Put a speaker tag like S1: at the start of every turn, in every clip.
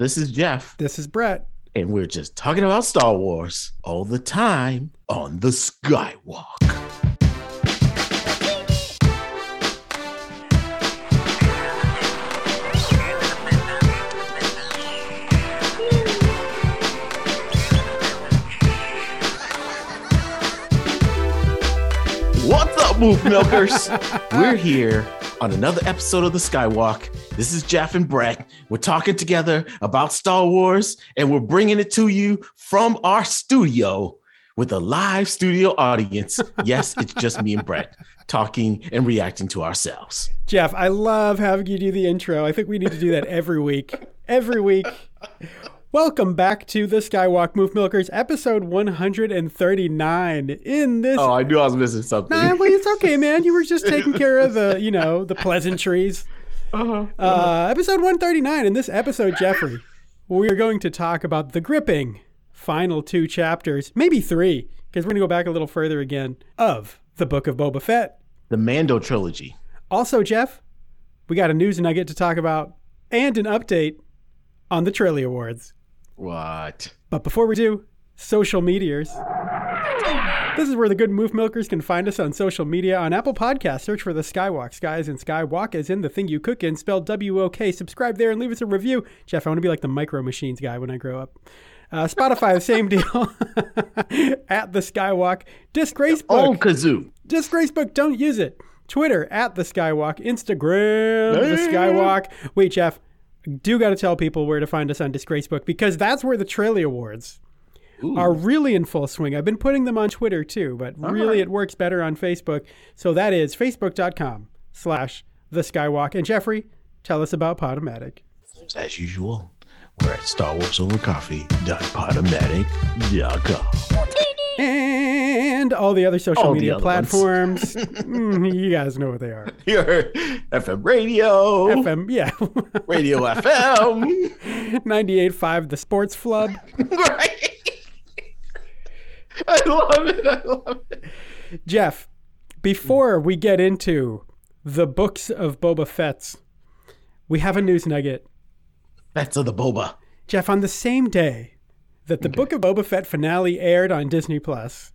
S1: This is Jeff,
S2: This is Brett.
S1: and we're just talking about Star Wars all the time on the Skywalk. What's up, Move Milkers? We're here on another episode of The Skywalk. This is Jeff and Brett. We're talking together about Star Wars, and we're bringing it to you from our studio with a live studio audience. Yes, it's just me and Brett talking and reacting to ourselves.
S2: Jeff, I love having you do the intro. I think we need to do that every week. Every week. Welcome back to the Skywalk Move Milkers, episode 139. In this.
S1: Oh, I knew I was missing something.
S2: Nah, well, it's okay, man. You were just taking care of the, you know, the pleasantries.
S1: Uh-huh.
S2: Uh, episode 139. In this episode, Jeffrey, we are going to talk about the gripping final two chapters, maybe three, because we're going to go back a little further again, of the Book of Boba Fett.
S1: The Mando trilogy.
S2: Also, Jeff, we got a news nugget to talk about and an update on the Trilly Awards.
S1: What?
S2: But before we do, social meteors. This is where the good Move Milkers can find us on social media. On Apple Podcasts, search for the Skywalk. Skies and Skywalk is in the thing you cook in, spelled W O K. Subscribe there and leave us a review. Jeff, I want to be like the Micro Machines guy when I grow up. Uh, Spotify, the same deal. At the Skywalk. Disgracebook.
S1: Oh, kazoo.
S2: Disgracebook, don't use it. Twitter at the Skywalk, Instagram the Skywalk. Wait, Jeff, do got to tell people where to find us on Disgracebook because that's where the Trilly Awards
S1: Ooh.
S2: are really in full swing. I've been putting them on Twitter too, but really
S1: right.
S2: it works better on Facebook. So that is facebook.com slash the Skywalk. And Jeffrey, tell us about Podomatic.
S1: As usual, we're at Star Wars Over Coffee.podomatic.com.
S2: And all the other social
S1: All the
S2: media
S1: other ones.
S2: platforms. Mm, you guys know what they are.
S1: Here, FM radio,
S2: FM, yeah.
S1: radio FM.
S2: 98.5, the sports flub.
S1: right? I love it. I love it.
S2: Jeff, before we get into the books of Boba Fett's, we have a news nugget.
S1: That's of the boba.
S2: Jeff, on the same day that the Book of Boba Fett finale aired on Disney Plus,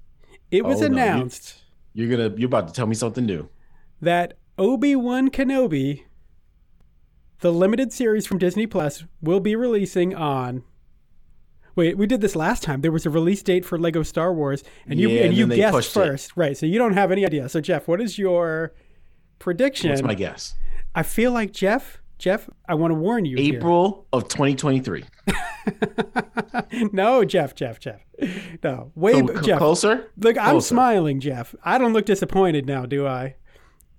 S2: it was
S1: Oh, no, you-
S2: announced
S1: You're gonna. You're about to tell me something new.
S2: that Obi-Wan Kenobi, the limited series from Disney Plus, will be releasing on Wait, we did this last time. There was a release date for Lego Star Wars, and you
S1: Yeah,
S2: and
S1: and
S2: you
S1: then they
S2: guessed
S1: pushed it.
S2: first, right? So you don't have any idea. So Jeff, what is your prediction?
S1: What's my guess?
S2: I feel like Jeff. Jeff, I want to warn you. here.
S1: April of 2023.
S2: no, Jeff, Jeff, Jeff. No, way
S1: So
S2: b-
S1: c-
S2: Jeff.
S1: Oh, closer.
S2: Look, I'm
S1: closer.
S2: smiling, Jeff. I don't look disappointed now, do I?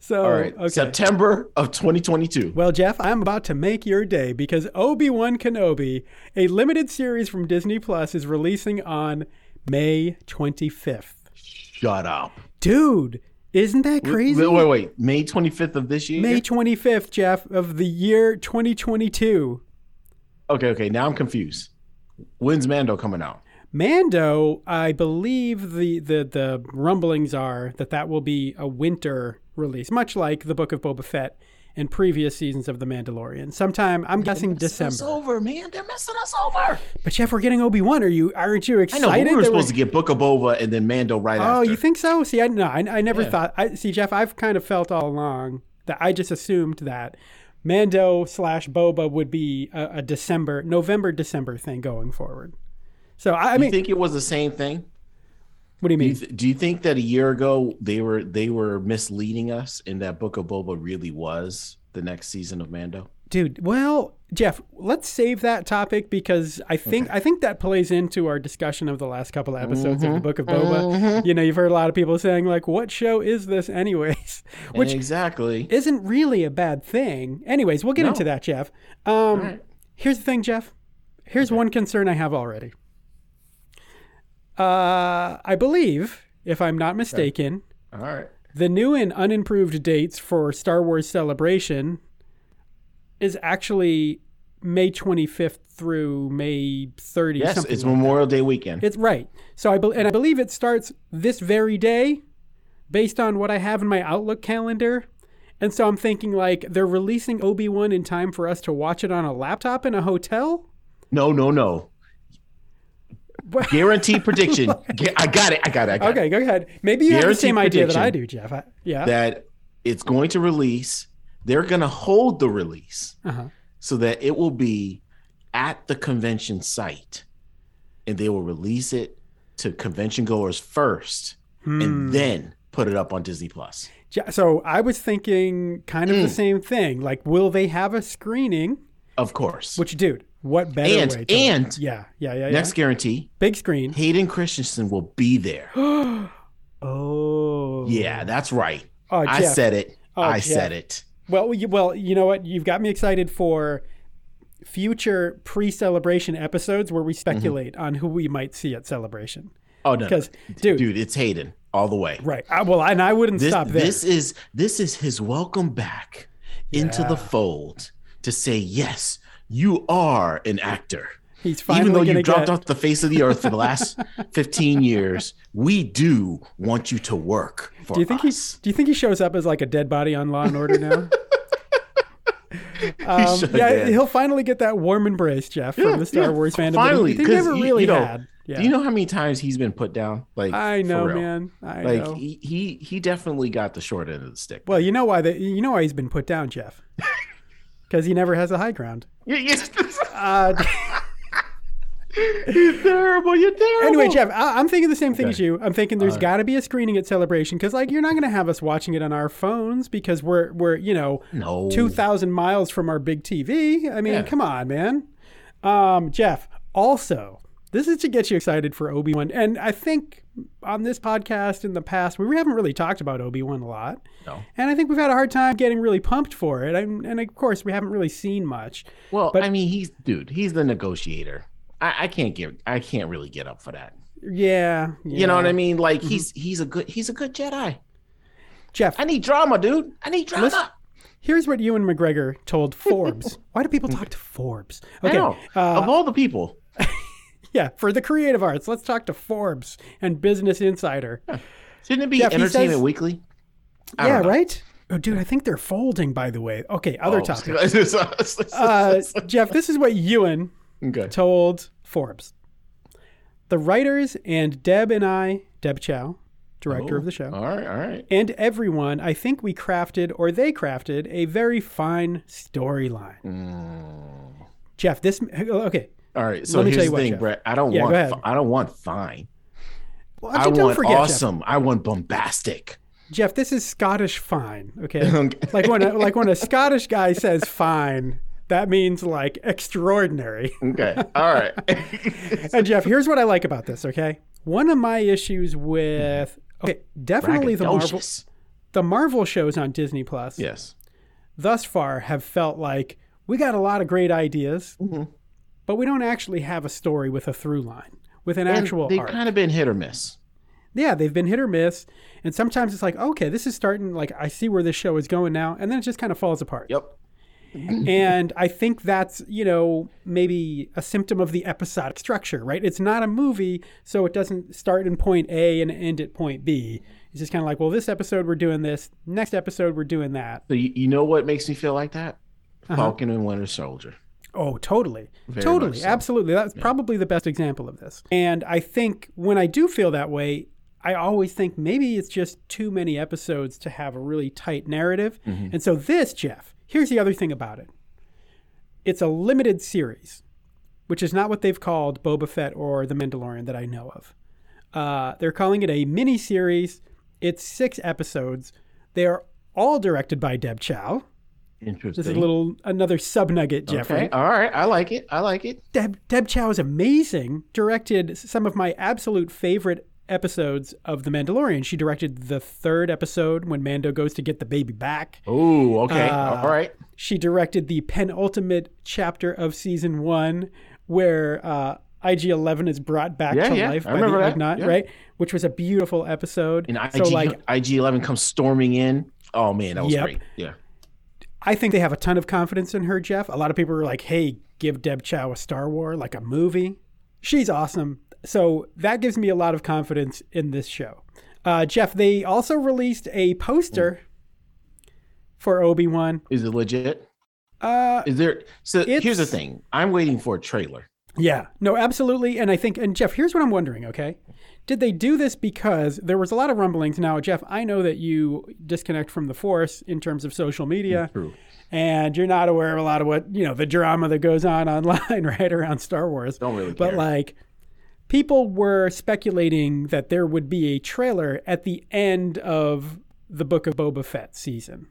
S2: So,
S1: All right.
S2: Oh, okay.
S1: September of 2022.
S2: Well, Jeff, I'm about to make your day because Obi Wan Kenobi, a limited series from Disney Plus, is releasing on May 25th.
S1: Shut up.
S2: Dude, isn't that crazy?
S1: Wait, wait, wait. May 25th of this year.
S2: May 25th, Jeff, of the year 2022.
S1: Okay, okay. Now I'm confused. When's Mando coming out?
S2: Mando, I believe the, the the rumblings are that that will be a winter release, much like the Book of Boba Fett and previous seasons of The Mandalorian. Sometime, I'm guessing
S1: It's
S2: December.
S1: over, man. They're messing us over.
S2: But Jeff, we're getting Obi Wan. Are you? Aren't you
S1: I
S2: excited?
S1: know. but We were
S2: that
S1: supposed to get Book of Boba and then Mando right
S2: Oh,
S1: after.
S2: you think so? See, I no, I, I never
S1: Yeah.
S2: thought. I see, Jeff. I've kind of felt all along that I just assumed that Mando slash Boba would be a, a December, November, December thing going forward. So I, I
S1: You
S2: mean,
S1: think it was the same thing?
S2: what do you
S1: Do you,
S2: mean?
S1: th- do you think that a year ago they were they were misleading us and that Book of Boba really was the next season of Mando?
S2: dude well jeff let's save that topic because i think i think that plays into our discussion of the last couple episodes of the book of boba you know you've heard a lot of people saying like what show is this anyways which
S1: exactly.
S2: isn't really a bad thing anyways we'll get into that jeff um, here's the thing jeff here's one concern i have already uh, i believe if i'm not mistaken
S1: All right.
S2: the new and unimproved dates for Star Wars Celebration is actually May 25th through May 30th.
S1: Yes,
S2: something
S1: it's
S2: like-
S1: Memorial Day weekend.
S2: it's right. So I bel and I believe it starts this very day, based on what I have in my Outlook calendar. And so I'm thinking like they're releasing Obi Wan in time for us to watch it on a laptop in a hotel.
S1: No, no, no.
S2: What-
S1: Guaranteed prediction. Gu- I got it. I got it. I got it.
S2: Okay, go ahead. Maybe you have the
S1: Guaranteed
S2: same idea that I do,
S1: prediction.
S2: Jeff. I, yeah.
S1: That it's going to release. They're going to hold the release
S2: uh-huh.
S1: so that it will be at the convention site, and they will release it to convention goers first,
S2: Hmm.
S1: and then put it up on Disney Plus.
S2: Ja- So I was thinking kind of the
S1: Mm.
S2: same thing. Like, will they have a screening?
S1: Of course.
S2: Which, dude, what better
S1: And-
S2: way? To,
S1: and-
S2: yeah, yeah, yeah, yeah.
S1: Next guarantee:
S2: big screen.
S1: Hayden Christensen will be there.
S2: oh,
S1: Yeah, that's right.
S2: Oh, Jeff.
S1: I said it.
S2: Oh,
S1: I
S2: Jeff.
S1: said it.
S2: Well, you, well, you know what? You've got me excited for future pre-celebration episodes where we
S1: Mm-hmm.
S2: speculate on who we might see at celebration.
S1: Oh no, no.
S2: Because, dude,
S1: dude, it's Hayden all the way.
S2: right? I, well, and I wouldn't
S1: This,
S2: stop there.
S1: this is this is his welcome back into
S2: Yeah.
S1: the fold to say yes, you are an actor.
S2: He's finally
S1: Even though
S2: gonna
S1: you dropped
S2: get,
S1: off the face of the earth for the last 15 years, we do want you to work for
S2: Do you think
S1: us.
S2: he? Do you think he shows up as like a dead body on Law and Order now? Um,
S1: should,
S2: yeah,
S1: yeah.
S2: he'll finally get that warm embrace, Jeff, from
S1: Yeah,
S2: the Star
S1: yeah,
S2: Wars fandom. that
S1: finally,
S2: they
S1: 'cause
S2: never
S1: you- you
S2: really
S1: know-
S2: had. Yeah.
S1: Do you know how many times he's been put down? Like
S2: I
S1: for
S2: know,
S1: real.
S2: man. I know.
S1: Like he, he he definitely got the short end of the stick.
S2: well, you know why they, you know why he's been put down, Jeff, because he never has a high ground.
S1: Yeah, yes.
S2: Uh,
S1: You're terrible. You're terrible.
S2: anyway, Jeff, I, I'm thinking the same thing as you. I'm thinking there's
S1: All right.
S2: got to be a screening at Celebration because, like, you're not going to have us watching it on our phones because we're we're you know
S1: No.
S2: two thousand miles from our big TV. I mean,
S1: Yeah.
S2: come on, man. Um, Jeff, also, this is to get you excited for Obi Wan, and I think on this podcast in the past we haven't really talked about Obi Wan a lot.
S1: No.
S2: And I think we've had a hard time getting really pumped for it. And, and of course, we haven't really seen much.
S1: Well,
S2: But-
S1: I mean, he's dude. He's the negotiator. I, I can't get. I can't really get up for that.
S2: Yeah, Mm-hmm.
S1: You know what I mean? Like he's he's a good he's a good Jedi.
S2: Jeff?
S1: I need drama, dude. I need drama.
S2: Listen- Here's what Ewan McGregor told Forbes. Why do people talk to Forbes?
S1: I
S2: Okay,
S1: know.
S2: uh,
S1: of all the people,
S2: yeah, for the creative arts, let's talk to Forbes and Business Insider.
S1: shouldn't it be
S2: Jeff, he
S1: Entertainment
S2: says-
S1: Weekly? I
S2: Yeah,
S1: don't know.
S2: right. Oh, dude, I think they're folding. By the way, okay, other
S1: Oh,
S2: topic. Uh,
S1: okay.
S2: Jeff, this is what Ewan told Forbes. The writers and Deb and I, Deb Chow, director of the show,
S1: All right, all right.
S2: and everyone, I think we crafted or they crafted a very fine storyline.
S1: Mm.
S2: Jeff, this okay.
S1: All right. So
S2: Let me
S1: here's
S2: tell you
S1: the
S2: what,
S1: thing,
S2: Jeff.
S1: Brett. I don't
S2: Yeah, go
S1: want.
S2: ahead.
S1: fi- I don't want fine.
S2: Well,
S1: I
S2: don't
S1: want
S2: forget, Jeff.
S1: awesome. I want bombastic.
S2: Jeff. this is Scottish fine. Okay,
S1: Okay.
S2: like when a, like when a Scottish guy says fine, that means like extraordinary.
S1: okay. All right.
S2: And Jeff, here's what I like about this. Okay, one of my issues with okay, definitely the Marvel
S1: Mm-hmm. Oh, Braggadocious.
S2: the Marvel shows on Disney Plus
S1: Yes.
S2: thus far have felt like we got a lot of great ideas,
S1: Mhm.
S2: but we don't actually have a story with a through line, with an
S1: And
S2: actual
S1: They've
S2: arc.
S1: kind of been hit or miss.
S2: yeah, they've been hit or miss, and sometimes it's like, okay, this is starting. Like I see where this show is going now, and then it just kind of falls apart.
S1: Yep.
S2: and I think that's, you know, maybe a symptom of the episodic structure, right? It's not a movie, so it doesn't start in point A and end at point B. It's just kind of like, well, this episode we're doing this, next episode we're doing that.
S1: So you, you know what makes me feel like that?
S2: Uh-huh.
S1: Falcon and Winter Soldier.
S2: Oh, totally.
S1: Very
S2: totally.
S1: much so.
S2: Absolutely. That's probably the best example of this. And I think when I do feel that way, I always think maybe it's just too many episodes to have a really tight narrative.
S1: Mm-hmm.
S2: And so, this, Jeff, here's the other thing about it it's a limited series, which is not what they've called Boba Fett or The Mandalorian that I know of. Uh, they're calling it a mini series, it's six episodes. They are all directed by Deb Chow.
S1: Interesting.
S2: This is a little another sub nugget, Jeffrey.
S1: okay. All right. I like it. I like it.
S2: Deb, Deb Chow is amazing. Directed some of my absolute favorite episodes of The Mandalorian. She directed the third episode when Mando goes to get the baby back.
S1: Oh, okay.
S2: Uh,
S1: all right.
S2: She directed the penultimate chapter of season one, where uh, IG Eleven is brought back
S1: Yeah,
S2: to
S1: yeah.
S2: life
S1: I
S2: by the
S1: remember that.
S2: Eggnog,
S1: Yeah.
S2: right? Which was a beautiful episode.
S1: And IG,
S2: so, like,
S1: IG 11 comes storming in. Oh, man. That was
S2: Yep.
S1: great. Yeah.
S2: I think they have a ton of confidence in her, Jeff. A lot of people are like, hey, give Deb Chow a Star War, like a movie. She's awesome. So that gives me a lot of confidence in this show. Uh, Jeff, they also released a poster for Obi Wan.
S1: Is it legit?
S2: Uh,
S1: Is there. So here's the
S2: It's-
S1: thing I'm waiting for a trailer.
S2: Yeah, no, absolutely. And I think, and Jeff, here's what I'm wondering, okay? Did they do this because there was a lot of rumblings? Now, Jeff, I know that you disconnect from the force in terms of social media.
S1: True.
S2: And you're not aware of a lot of what, you know, the drama that goes on online right around Star Wars.
S1: Don't really
S2: But
S1: care.
S2: like, people were speculating that there would be a trailer at the end of the Book of Boba Fett season.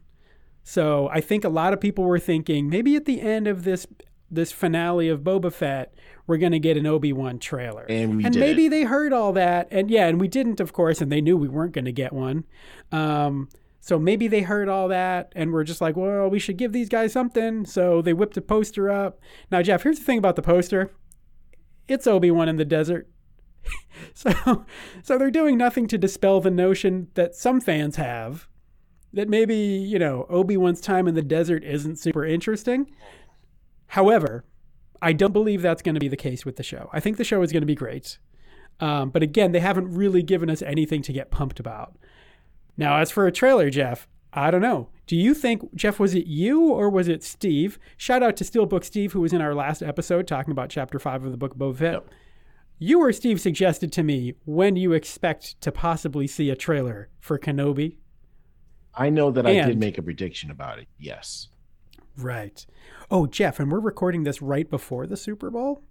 S2: So I think a lot of people were thinking maybe at the end of this this finale of Boba Fett, we're going to get an Obi Wan trailer.
S1: And we
S2: and
S1: did
S2: maybe they heard all that, and yeah, and we didn't, of course, and they knew we weren't going to get one. Um, so maybe they heard all that, and we're just like, well, we should give these guys something. So they whipped a poster up. Now, Jeff, here's the thing about the poster: it's Obi Wan in the desert. So, so they're doing nothing to dispel the notion that some fans have that maybe you know Obi Wan's time in the desert isn't super interesting. However, I don't believe that's going to be the case with the show. I think the show is going to be great, um, but again, they haven't really given us anything to get pumped about. Now, as for a trailer, Jeff, I don't know. Do you think Jeff was it you or was it Steve? Shout out to Steelbook Steve, who was in our last episode talking about Chapter Five of the Book of Boba Fett.
S1: Yep.
S2: You or Steve suggested to me when you expect to possibly see a trailer for Kenobi.
S1: I know that I did
S2: And-
S1: make a prediction about it. Yes.
S2: Right. Oh, Jeff, and we're recording this right before the Super Bowl.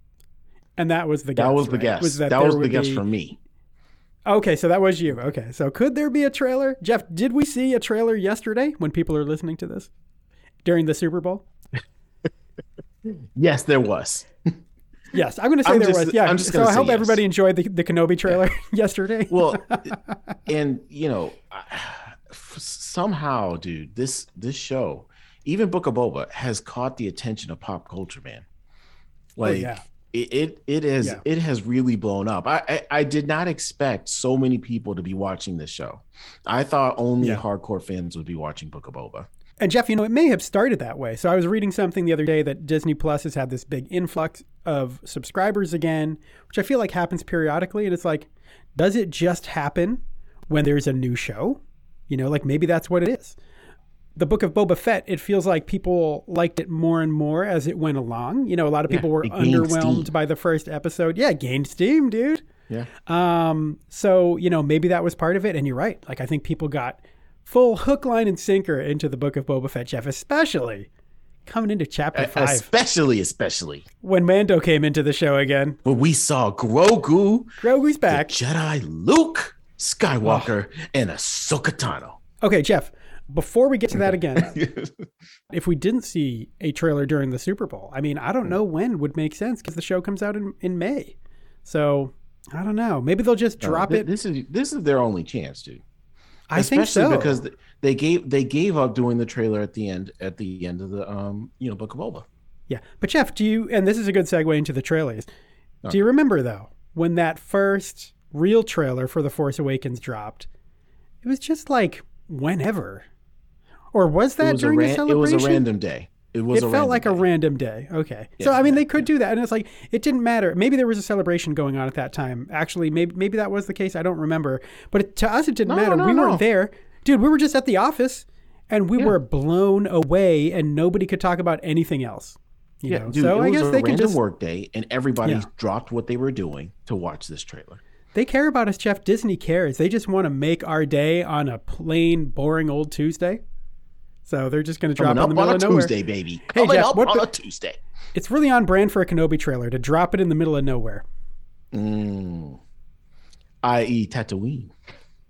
S2: And that was the guess.
S1: That was the
S2: right?
S1: guess. that
S2: there
S1: was the
S2: would
S1: guess
S2: be-
S1: for me.
S2: Okay, so that was you. Okay, so could there be a trailer? Jeff, did we see a trailer yesterday when people are listening to this during the Super Bowl?
S1: Yes, there was.
S2: Yes, I'm going to say
S1: I'm
S2: there
S1: just-
S2: was. Yeah,
S1: I'm just
S2: so
S1: gonna
S2: I
S1: say
S2: hope
S1: yes.
S2: everybody enjoyed the, the Kenobi trailer yesterday.
S1: Well, and you know, I- somehow, dude, this this show, even Book of Boba, has caught the attention of pop culture, man. Like
S2: Oh, yeah.
S1: it, it it is
S2: Yeah.
S1: it has really blown up. I, I I did not expect so many people to be watching this show. I thought only
S2: Yeah.
S1: hardcore fans would be watching Book of Boba.
S2: And Jeff, you know, it may have started that way. So I was reading something the other day that Disney Plus has had this big influx of subscribers again, which I feel like happens periodically. And it's like, does it just happen when there's a new show? You know, like maybe that's what it is. The Book of Boba Fett, it feels like people liked it more and more as it went along. You know, a lot of people were
S1: it gained
S2: underwhelmed
S1: steam.
S2: by the first episode. Yeah, it gained steam, dude.
S1: Yeah.
S2: Um, so you know, maybe that was part of it. And you're right. Like I think people got full hook, line, and sinker into the book of Boba Fett, Jeff, especially coming into chapter five
S1: Especially, especially
S2: when Mando came into the show again.
S1: when we saw Grogu,
S2: Grogu's back. Oh.
S1: Jedi Luke Skywalker, and Ahsoka Tano.
S2: Okay, Jeff. Before we get to that again, if we didn't see a trailer during the Super Bowl, I mean, I don't know when would make sense because the show comes out in, in May. So I don't know. Maybe they'll just drop
S1: Uh, Th-
S2: it.
S1: This is this is their only chance, dude.
S2: I think
S1: Especially
S2: so.
S1: because th- they gave they gave up doing the trailer at the end at the end of the um you know Book of Boba.
S2: Yeah. But Jeff, do you and this is a good segue into the trailers. Do you remember though when that first real trailer for The Force Awakens dropped? It was just like whenever. Or was that
S1: It was, a
S2: during a,
S1: ran- it was
S2: celebration?
S1: a random day. It was
S2: It
S1: a
S2: felt
S1: random
S2: like a
S1: day.
S2: random day. Okay. so I mean they could do that and it's like it didn't matter. Maybe there was a celebration going on at that time. Actually, maybe maybe that was the case. I don't remember. But it, to us it
S1: No,
S2: didn't matter.
S1: no,
S2: we
S1: no.
S2: weren't there. Dude, we were just at the office and we were blown away and nobody could talk about anything else. You
S1: yeah,
S2: know?
S1: dude,
S2: so
S1: it
S2: I
S1: was
S2: guess
S1: a
S2: they
S1: random
S2: can just
S1: work day, and everybody
S2: Yeah.
S1: dropped what they were doing to watch this trailer.
S2: They care about us, Jeff. Disney cares. They just want to make our day on a plain, boring old Tuesday. So they're just going to drop
S1: Coming
S2: it in
S1: up
S2: the middle
S1: on a
S2: of nowhere.
S1: Tuesday, baby. Coming
S2: Jeff,
S1: up
S2: what
S1: on
S2: the-
S1: a Tuesday.
S2: It's really on brand for a Kenobi trailer to drop it in the middle of nowhere.
S1: Mm. I.e. Tatooine.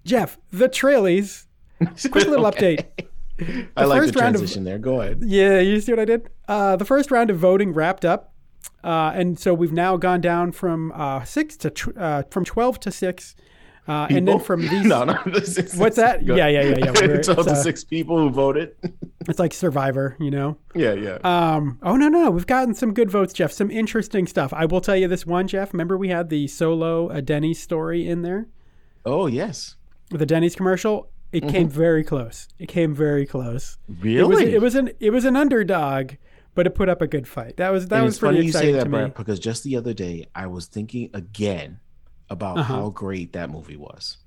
S2: Jeff, the trailies. Quick little update.
S1: I like the
S2: first round of-
S1: transition there. Go ahead.
S2: Yeah, you see what I did? Uh, the first round of voting wrapped up, uh, and so we've now gone down from uh, six to tw- uh, from twelve to six, uh, and then
S1: People-
S2: from these.
S1: no, no, this is-
S2: What's that?
S1: Go
S2: Yeah, yeah, yeah,
S1: ahead.
S2: yeah. We're- it's,
S1: It's up to
S2: uh,
S1: six people who voted.
S2: it's like Survivor, you know.
S1: yeah, yeah.
S2: Um, oh no, no, we've gotten some good votes, Jeff. Some interesting stuff. I will tell you this one, Jeff. Remember we had the solo uh, Denny's story in there,
S1: oh yes,
S2: the Denny's commercial. It came
S1: Mm-hmm.
S2: very close. It came very close.
S1: really?
S2: It was, it was an it was an underdog, but it put up a good fight. That was that
S1: And
S2: was
S1: it's funny
S2: pretty
S1: you say
S2: exciting
S1: that,
S2: to me.
S1: Brett, because just the other day I was thinking again about
S2: Uh-huh.
S1: how great that movie was.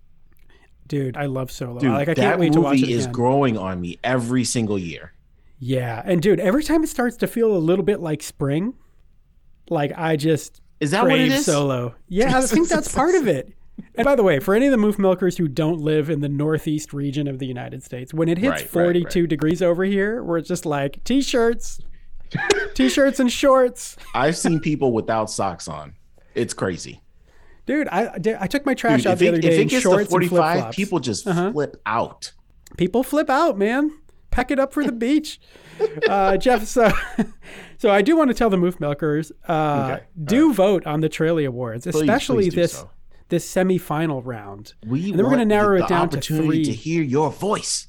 S2: Dude, I love solo.
S1: Dude,
S2: like I
S1: that
S2: can't wait
S1: movie
S2: to watch it
S1: is
S2: again.
S1: growing on me every single year.
S2: yeah, and dude, every time it starts to feel a little bit like spring, like I just
S1: Is that what
S2: Brave
S1: it is?
S2: Solo. Yeah, I think that's part of it. And by the way, for any of the Moof Milkers who don't live in the Northeast region of the United States, when it hits
S1: Right, right,
S2: 42 degrees over here, we're just like t shirts, t shirts and shorts.
S1: I've seen people without socks on. It's crazy.
S2: Dude, I, I did- I took my trash
S1: Dude,
S2: out
S1: if
S2: the other
S1: it, if
S2: day
S1: it
S2: in
S1: gets to
S2: shorts and
S1: 45,
S2: flip flops. People...
S1: people just flip out.
S2: flip out, man. Pack it up for the beach. Uh, Jeff, so so I do want to tell the Moof Milkers uh,
S1: Okay,
S2: do vote on the Trailie Awards, especially
S1: please do
S2: this
S1: so.
S2: this semifinal round.
S1: We
S2: And then we're gonna
S1: want
S2: narrow
S1: the
S2: it down to
S1: opportunity
S2: three.
S1: to hear your voice.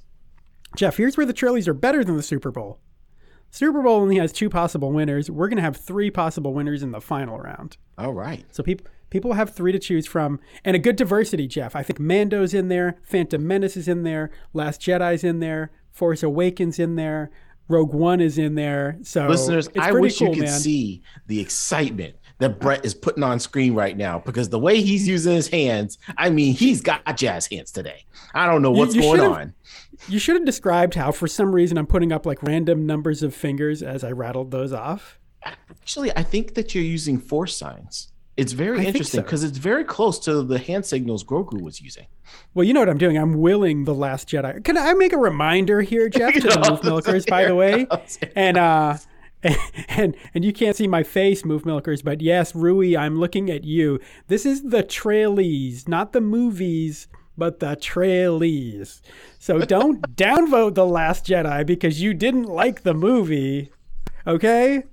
S2: Jeff, here's where the Trillies are better than the Super Bowl. Super Bowl only has two possible winners. We're going to have three possible winners in the final round.
S1: All right.
S2: So people people have three to choose from and a good diversity, Jeff. I think Mando's in there, Phantom Menace is in there, Last Jedi's in there, Force Awakens in there, Rogue One is in there. So
S1: Listeners,
S2: it's
S1: I
S2: pretty
S1: wish
S2: cool,
S1: you could
S2: man.
S1: see the excitement that Brett is putting on screen right now because the way he's using his hands, I mean, he's got jazz hands today. I don't know what's
S2: you
S1: going
S2: should've-
S1: on.
S2: You should have described how for some reason I'm putting up like random numbers of fingers as I rattled those off.
S1: Actually, I think that you're using force signs. It's very
S2: I think
S1: interesting
S2: so.
S1: because it's very close to the hand signals Grogu was using.
S2: Well, you know what I'm doing. I'm willing the Last Jedi. Can I make a reminder here, Jeff, to the
S1: No,
S2: Move Milkers, by the way? And uh, and and you can't see my face, Move Milkers, but yes, Rui, I'm looking at you. This is the trailies, not the movies, but the trailies. So don't downvote the Last Jedi because you didn't like the movie. Okay,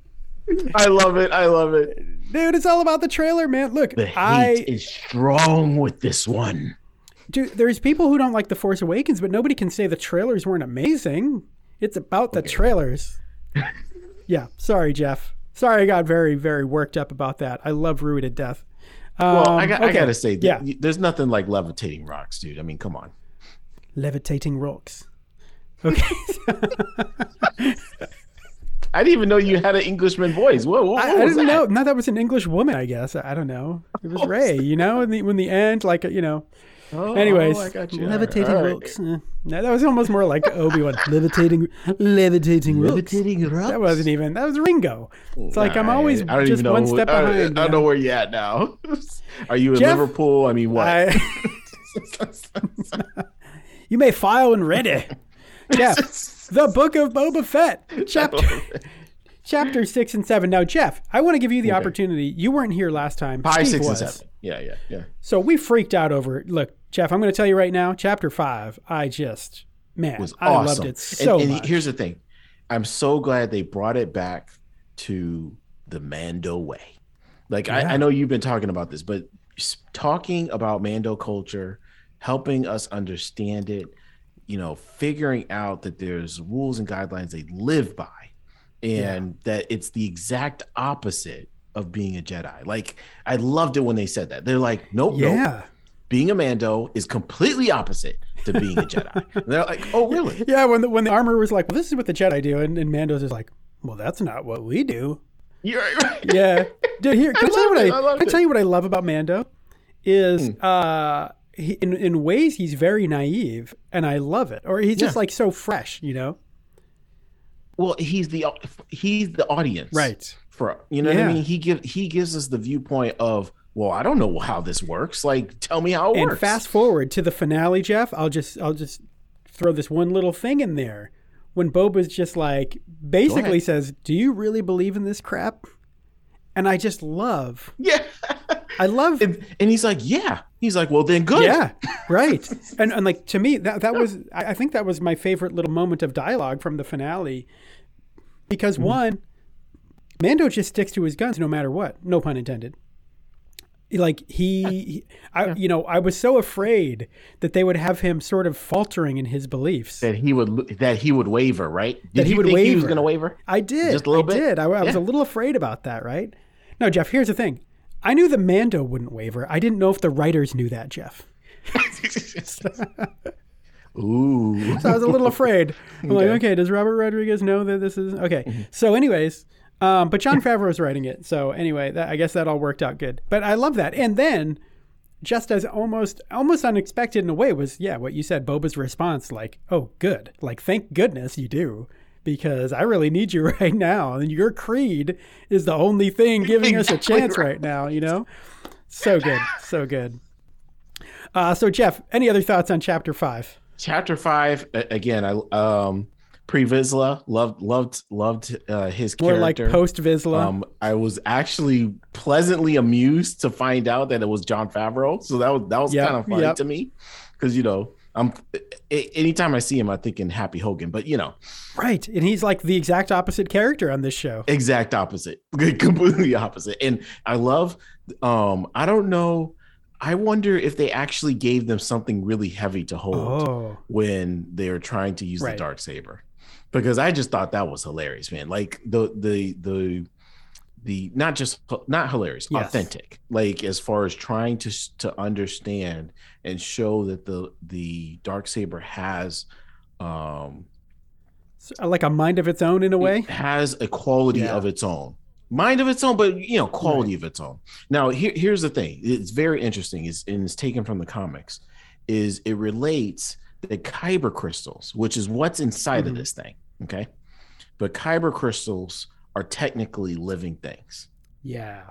S1: I love it. I love it.
S2: dude, it's all about the trailer, man. Look,
S1: The hate
S2: I
S1: is strong with this one.
S2: Dude, there's people who don't like The Force Awakens, but nobody can say the trailers weren't amazing. It's about the trailers. yeah, sorry, Jeff. Sorry, I got very, very worked up about that. I love Rui to death.
S1: Well,
S2: Um,
S1: I, got, I
S2: okay.
S1: gotta say,
S2: yeah.
S1: that y there's nothing like levitating rocks, dude. I mean, come on.
S2: levitating rocks. Okay,
S1: I didn't even know you had an Englishman voice. Whoa, whoa,
S2: I,
S1: what
S2: I
S1: was
S2: didn't
S1: that?
S2: know. No, that was an English woman, I guess. I, I don't know. It was Ray, you know. In the, when the end, like you know.
S1: Oh,
S2: Anyways,
S1: I got you. All right,
S2: levitating
S1: all right.
S2: rocks. Eh, No, that was almost more like Obi Wan. levitating, levitating rocks.
S1: Levitating rocks.
S2: That wasn't even. That was Ringo. It's like I'm always
S1: I don't
S2: just
S1: even know
S2: one
S1: who-
S2: step
S1: I don't- I,
S2: behind. man.
S1: don't know where you're at now. Are you in
S2: Jeff?
S1: Liverpool? I mean, what?
S2: I- you may file when ready. Jeff, the Book of Boba Fett, chapter chapter six and seven. Now, Jeff, I want to give you the opportunity. You weren't here last time.
S1: High
S2: Steve
S1: six
S2: was.
S1: and seven. Yeah, yeah, yeah.
S2: So we freaked out over. Look, Jeff, I'm going to tell you right now. Chapter five. I just man,
S1: It was
S2: I
S1: awesome.
S2: loved it so
S1: and, and
S2: much.
S1: here's the thing, I'm so glad they brought it back to the Mando way. Like I, I know you've been talking about this, but s- talking about Mando culture, helping us understand it, you know, figuring out that there's rules and guidelines they live by, and that it's the exact opposite of being a Jedi. Like I loved it when they said that. They're like, nope, nope.
S2: yeah.
S1: Being a Mando is completely opposite to being a Jedi. And they're like, oh really?
S2: Yeah, when the, when the armor was like, well, this is what the Jedi do, and, and Mando's is like, well, that's not what we do.
S1: You're right.
S2: yeah. Dude, here, can I, tell you what
S1: loved it.
S2: I,
S1: I loved
S2: can I tell
S1: it.
S2: you what I love about Mando is
S1: Hmm.
S2: uh he, in in ways he's very naive and I love it. Or he's just
S1: Yeah.
S2: like so fresh, you know?
S1: Well, he's the he's the audience, For you know what
S2: Yeah.
S1: I mean. He give he gives us the viewpoint of well, I don't know how this works. Like, tell me how it
S2: And
S1: works.
S2: fast forward to the finale, Jeff, I'll just I'll just throw this one little thing in there. When Boba's just like basically
S1: ahead.
S2: says, Do you really believe in this crap? And I just love
S1: yeah.
S2: I love
S1: and, and he's like, yeah. He's like, well, then good.
S2: Yeah, right. and and like to me, that that was I I think that was my favorite little moment of dialogue from the finale, because
S1: Mm-hmm.
S2: one, Mando just sticks to his guns no matter what. No pun intended. Like he, he- I, you know, I was so afraid that they would have him sort of faltering in his beliefs.
S1: That he would that he would waver, right? Did
S2: he
S1: you
S2: would
S1: think He was
S2: waver.
S1: going to waver.
S2: I did.
S1: Just a little
S2: I
S1: bit?
S2: did. I, I was
S1: Yeah.
S2: a little afraid about that, right? No, Jeff, here's the thing. I knew the Mando wouldn't waver. I didn't know if the writers knew that, Jeff.
S1: Ooh.
S2: So I was a little afraid. I'm like, okay, does Robert Rodriguez know that this is
S1: Mm-hmm.
S2: okay? So, anyways, um, but John Favreau was writing it. So anyway, that, I guess that all worked out good. But I love that. And then, just as almost almost unexpected in a way was yeah, what you said, Boba's response, like, oh, good, like thank goodness you do, because I really need you right now. And your creed is the only thing giving us a
S1: Exactly
S2: chance
S1: right.
S2: right now, you know? So good. So good. Uh, so, Jeff, any other thoughts on chapter five?
S1: Chapter five a- again. I um Previsla loved loved loved uh, his
S2: More
S1: character.
S2: like post Vizsla.
S1: Um, I was actually pleasantly amused to find out that it was John Favreau. So that was that was
S2: Yep,
S1: kind of funny
S2: yep.
S1: to me because you know I'm a- anytime I see him I think in Happy Hogan, but you know
S2: right. And he's like the exact opposite character on this show.
S1: exact opposite, completely opposite. And I love. Um, I don't know. I wonder if they actually gave them something really heavy to hold
S2: Oh.
S1: when they're trying to use
S2: Right.
S1: the dark saber because i just thought that was hilarious man like the the the the not just not hilarious
S2: Yes.
S1: authentic like as far as trying to s- to understand and show that the the dark saber has um
S2: So, uh, like a mind of its own in a way?
S1: it has a quality
S2: Yeah.
S1: of its own mind of its own but you know quality of its own now here, here's the thing it's very interesting is and it's taken from the comics is it relates the kyber crystals which is what's inside of
S2: Mhm.
S1: this thing okay but kyber crystals are technically living things
S2: Yeah.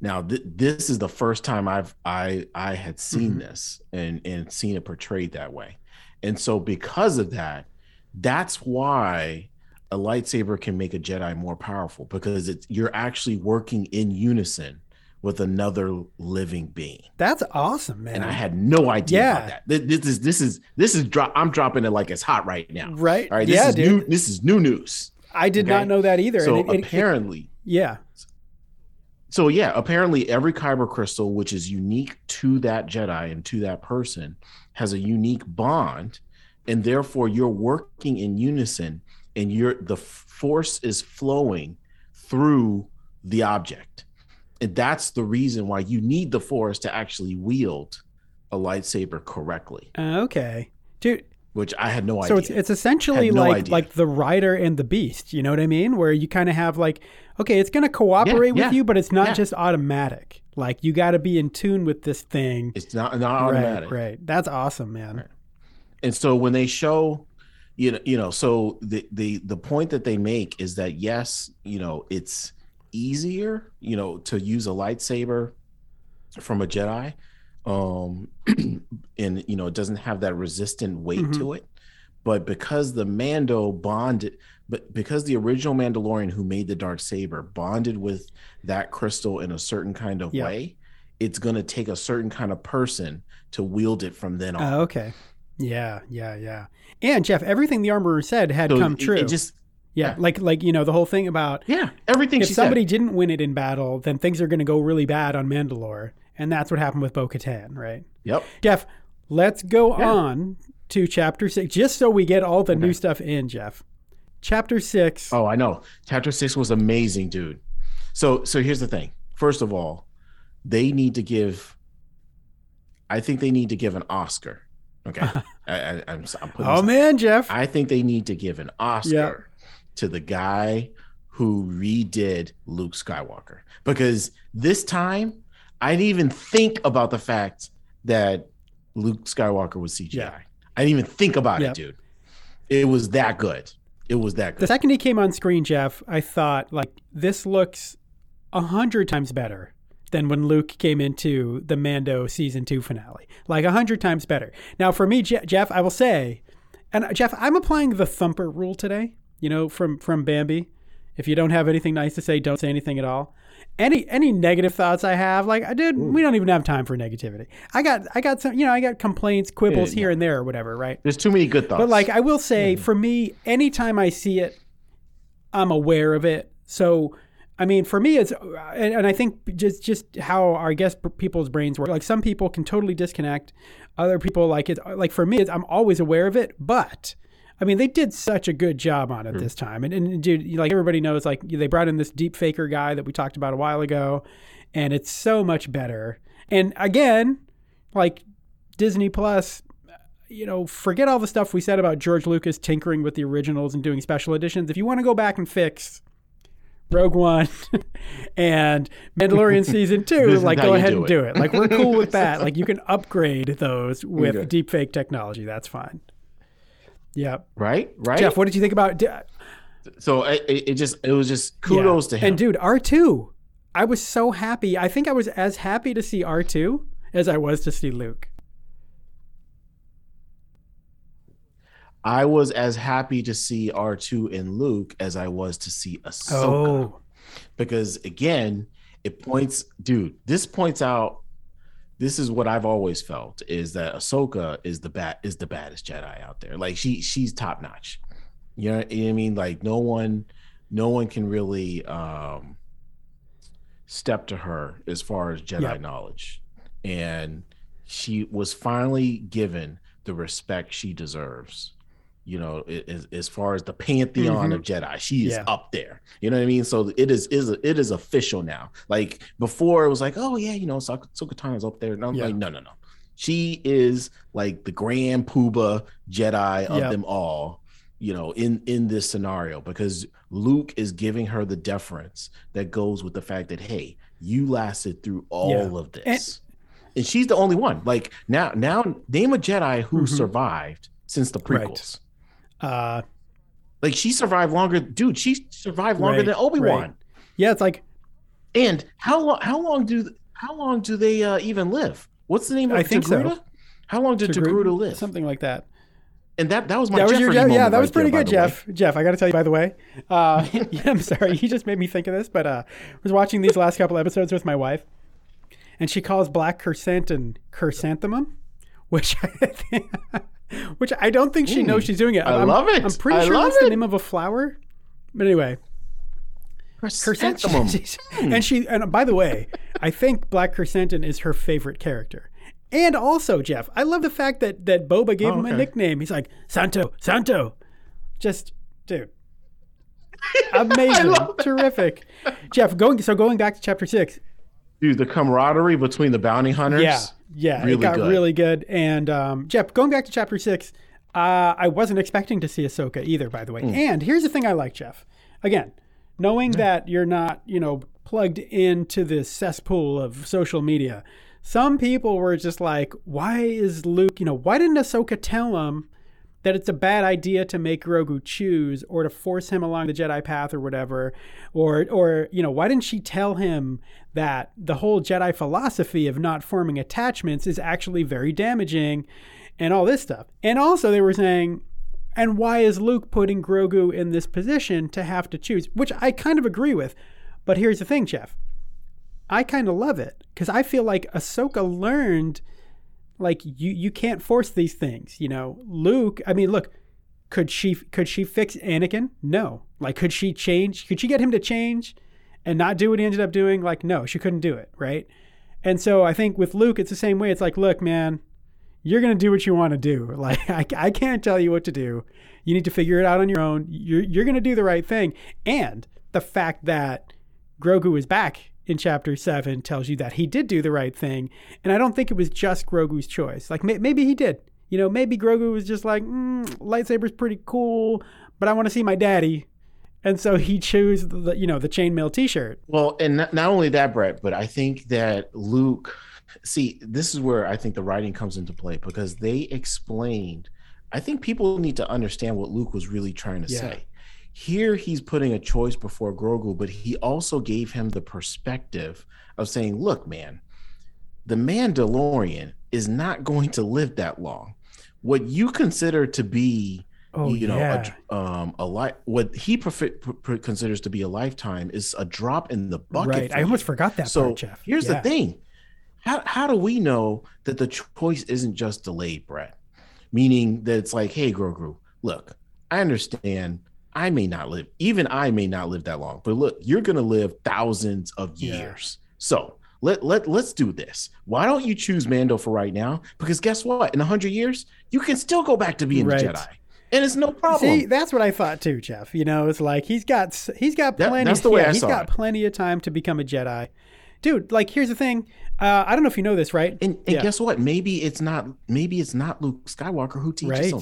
S1: now, th- this is the first time I've I I had seen
S2: Mhm.
S1: this and and seen it portrayed that way, and so because of that, that's why a lightsaber can make a Jedi more powerful because it's you're actually working in unison with another living being.
S2: That's awesome, man.
S1: And I had no idea
S2: Yeah.
S1: about that. Th- This is this is this is drop. I'm dropping it like it's hot right now.
S2: right?
S1: All right, this
S2: yeah,
S1: is
S2: dude.
S1: new. This is new news.
S2: I did
S1: Okay.
S2: not know that either.
S1: So
S2: and it- it- it-
S1: apparently.
S2: yeah.
S1: so yeah, apparently every kyber crystal, which is unique to that Jedi and to that person, has a unique bond, and therefore you're working in unison, and you're the force is flowing through the object, and that's the reason why you need the force to actually wield a lightsaber correctly,
S2: Uh, okay. Dude,
S1: which I had no
S2: so
S1: idea.
S2: it's it's essentially
S1: Had no
S2: like
S1: idea.
S2: like the rider and the beast, you know what I mean? Where you kind of have like okay, it's going to cooperate with
S1: yeah,
S2: you, but it's not
S1: yeah.
S2: just automatic. Like you got to be in tune with this thing.
S1: It's not not automatic.
S2: Right, right. That's awesome, man.
S1: Right. and so when they show you know you know so the the the point that they make is that yes you know it's easier you know to use a lightsaber from a jedi um and you know it doesn't have that resistant weight
S2: Mm-hmm.
S1: to it but because the mando bonded but because the original mandalorian who made the dark saber bonded with that crystal in a certain kind of
S2: Yeah.
S1: way it's going to take a certain kind of person to wield it from then on
S2: Oh, okay. Yeah, yeah, yeah. And Jeff, everything the armorer said had
S1: So
S2: come
S1: it-
S2: true.
S1: It just
S2: yeah,
S1: yeah.
S2: like like you know the whole thing about
S1: yeah, everything
S2: if
S1: she
S2: somebody
S1: said.
S2: didn't win it in battle, then things are going to go really bad on Mandalore, and that's what happened with Bo-Katan, right?
S1: Yep.
S2: Jeff, let's go
S1: Yeah.
S2: on to chapter six, just so we get all the new stuff in, Jeff. Chapter six.
S1: Oh, I know. Chapter six was amazing, dude. So so here's the thing. First of all, they need to give. I think they need to give an Oscar. Okay, I, I, I'm I'm putting.
S2: Oh,
S1: this-
S2: man, Jeff.
S1: I think they need to give an Oscar
S2: Yeah.
S1: to the guy who redid Luke Skywalker because this time I didn't even think about the fact that Luke Skywalker was CGI.
S2: Yeah.
S1: I didn't even think about
S2: Yeah.
S1: it, dude. It was that good. It was that
S2: the
S1: good.
S2: second he came on screen, Jeff, I thought like this looks a hundred times better than when Luke came into the Mando season two finale. Like a hundred times better. Now for me, Je- Jeff, I will say, and uh, Jeff, I'm applying the thumper rule today. You know, from from Bambi, if you don't have anything nice to say, don't say anything at all. Any any negative thoughts I have, like I did, we don't even have time for negativity. I got I got some, you know, I got complaints, quibbles
S1: Yeah,
S2: here and there or whatever, right?
S1: There's too many good thoughts.
S2: But like I will say, for me, anytime I see it, I'm aware of it. So I mean, for me, it's uh, and, and I think just just how I guess p- people's brains work. Like some people can totally disconnect. Other people like it. Like for me, it's, I'm always aware of it, but. I mean, they did such a good job on it this time, and, and dude, like everybody knows, like they brought in this deep faker guy that we talked about a while ago, and it's so much better. And again, like Disney Plus, you know, forget all the stuff we said about George Lucas tinkering with the originals and doing special editions. If you want to go back and fix Rogue One and Mandalorian season two,
S1: This is
S2: like
S1: how
S2: go
S1: you
S2: ahead
S1: do
S2: and
S1: it.
S2: do it. Like we're cool with that. Like you can upgrade those with
S1: Okay.
S2: deepfake technology. That's fine. Yeah.
S1: right? Right.
S2: Jeff, what did you think about? d-
S1: So it, it it just it was just kudos to him.
S2: And dude, R2. I was so happy. I think I was as happy to see R2 as I was to see Luke.
S1: I was as happy to see R two and Luke as I was to see Ahsoka
S2: Oh.
S1: because again, it points, dude. This points out. This is what I've always felt is that Ahsoka is the bat is the baddest Jedi out there. Like she she's top notch. You know, you know what I mean? Like no one no one can really um step to her as far as Jedi
S2: Yep.
S1: knowledge. And she was finally given the respect she deserves. You know, a- as, as far as the pantheon of Jedi, she is
S2: Mm-hmm. Yeah.
S1: up there. You know what I mean? So it is is it is official now. Like before, it was like, oh yeah, you know, Sok- Sokatana's up there, and I'm
S2: Yeah.
S1: like, no, no, no. She is like the grand poobah Jedi of
S2: Yep.
S1: them all. You know, in in this scenario, because Luke is giving her the deference that goes with the fact that hey, you lasted through all of this, and, she's the only one. Like now, now name a Jedi who
S2: Mhm.
S1: survived since the
S2: Right.
S1: prequels.
S2: Uh,
S1: Like she survived longer, dude. She survived longer
S2: Right,
S1: than Obi Wan.
S2: right. yeah, it's like
S1: And how long? How long do how long do they uh, even live? What's the name of
S2: I think so.
S1: Togruta? How long did
S2: Togruta,
S1: Togruta, live?
S2: something like that.
S1: And that that was my
S2: that was
S1: Jeopardy
S2: your yeah,
S1: moment
S2: that
S1: right
S2: was pretty
S1: there, by
S2: good,
S1: the way.
S2: Jeff. Jeff, I got to tell you by the way. Uh, yeah, I'm sorry, you just made me think of this, but uh, I was watching these last couple episodes with my wife, and she calls black chrysanthemum chrysanthemum, which I think, which I don't think she knows she's doing it.
S1: I
S2: I'm-
S1: love it.
S2: I'm pretty
S1: I
S2: sure
S1: love
S2: that's the
S1: it.
S2: name of a flower, but anyway,
S1: Chrysanthemum. Hmm.
S2: chrysanthemum. and she and by the way, I think Black Chrysanthemum is her favorite character. And also, Jeff, I love the fact that that Boba gave
S1: Oh,
S2: him a
S1: okay.
S2: nickname. He's like Santo, Santo. Just dude. Amazing.
S1: love
S2: Terrific. Jeff, going so going back to chapter 6.
S1: Dude, the camaraderie between the bounty hunters.
S2: Yeah. Yeah, it
S1: really
S2: got
S1: good.
S2: really good. And um, Jeff, going back to chapter 6, uh, I wasn't expecting to see Ahsoka either, by the way.
S1: Hmm.
S2: And here's the thing I like, Jeff. Again, knowing that you're not, you know, plugged into this cesspool of social media, some people were just like, why is Luke, you know, why didn't Ahsoka tell him that it's a bad idea to make Grogu choose or to force him along the Jedi path or whatever? Or, or you know, why didn't she tell him that the whole Jedi philosophy of not forming attachments is actually very damaging and all this stuff? And also, they were saying, and why is Luke putting Grogu in this position to have to choose? Which I kind of agree with. But here's the thing, Jeff. I kind of love it because I feel like Ahsoka learned, like you you can't force these things. You know, Luke. I mean, look, could she could she fix Anakin? No. Like, could she change? Could she get him to change and not do what he ended up doing? Like, no, she couldn't do it, right? And so I think with Luke, it's the same way. It's like, look, man, you're gonna do what you want to do. Like, I, I can't tell you what to do. You need to figure it out on your own. You're you're gonna do the right thing. And the fact that Grogu is back in chapter seven tells you that he did do the right thing. And I don't think it was just Grogu's choice. Like may- maybe he did. You know, maybe Grogu was just like, mm, lightsaber's pretty cool, but I want to see my daddy. And so he chose the you know the chainmail T-shirt.
S1: Well, and not, not only that, Brett, but I think that Luke, see, this is where I think the writing comes into play because they explained. I think people need to understand what Luke was really trying to
S2: Yeah.
S1: say. Here, he's putting a choice before Grogu, but he also gave him the perspective of saying, look, man, the Mandalorian is not going to live that long. What you consider to be
S2: Oh
S1: you know,
S2: yeah,
S1: a, um, a li- what he prefer- pr- pr- considers to be a lifetime is a drop in the bucket.
S2: right.
S1: for
S2: I
S1: you.
S2: almost forgot that
S1: so
S2: part, Jeff.
S1: here's
S2: Yeah.
S1: the thing: how how do we know that the choice isn't just delayed, Brett? Meaning that it's like, hey, Grogu, look, I understand. I may not live, even I may not live that long, but look, you're gonna live thousands of
S2: Yeah.
S1: years. So let let let's do this. Why don't you choose Mando for right now? Because guess what? In hundred years, you can still go back to being
S2: Right.
S1: a Jedi, and it's no problem.
S2: See, that's what I thought too, Jeff. You know, it's like he's got s- he's got
S1: That-
S2: plenty.
S1: that's the way
S2: yeah,
S1: I
S2: he's
S1: saw
S2: got
S1: it.
S2: plenty of time to become a Jedi, dude. Like, here's the thing. Uh, I don't know if you know this, right?
S1: And, and
S2: Yeah.
S1: guess what? Maybe it's not. Maybe it's not Luke Skywalker who teaches
S2: Right.
S1: him.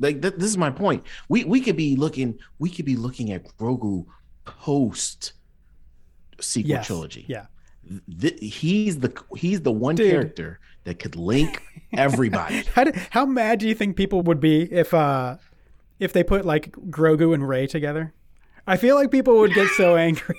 S1: Like th- this is my point. We we could be looking. We could be looking at Grogu post sequel
S2: Yes.
S1: trilogy.
S2: Yeah.
S1: Th- he's the he's the one
S2: Dude.
S1: character that could link everybody.
S2: How, do, how mad do you think people would be if uh, if they put like Grogu and Ray together. I feel like people would get so angry,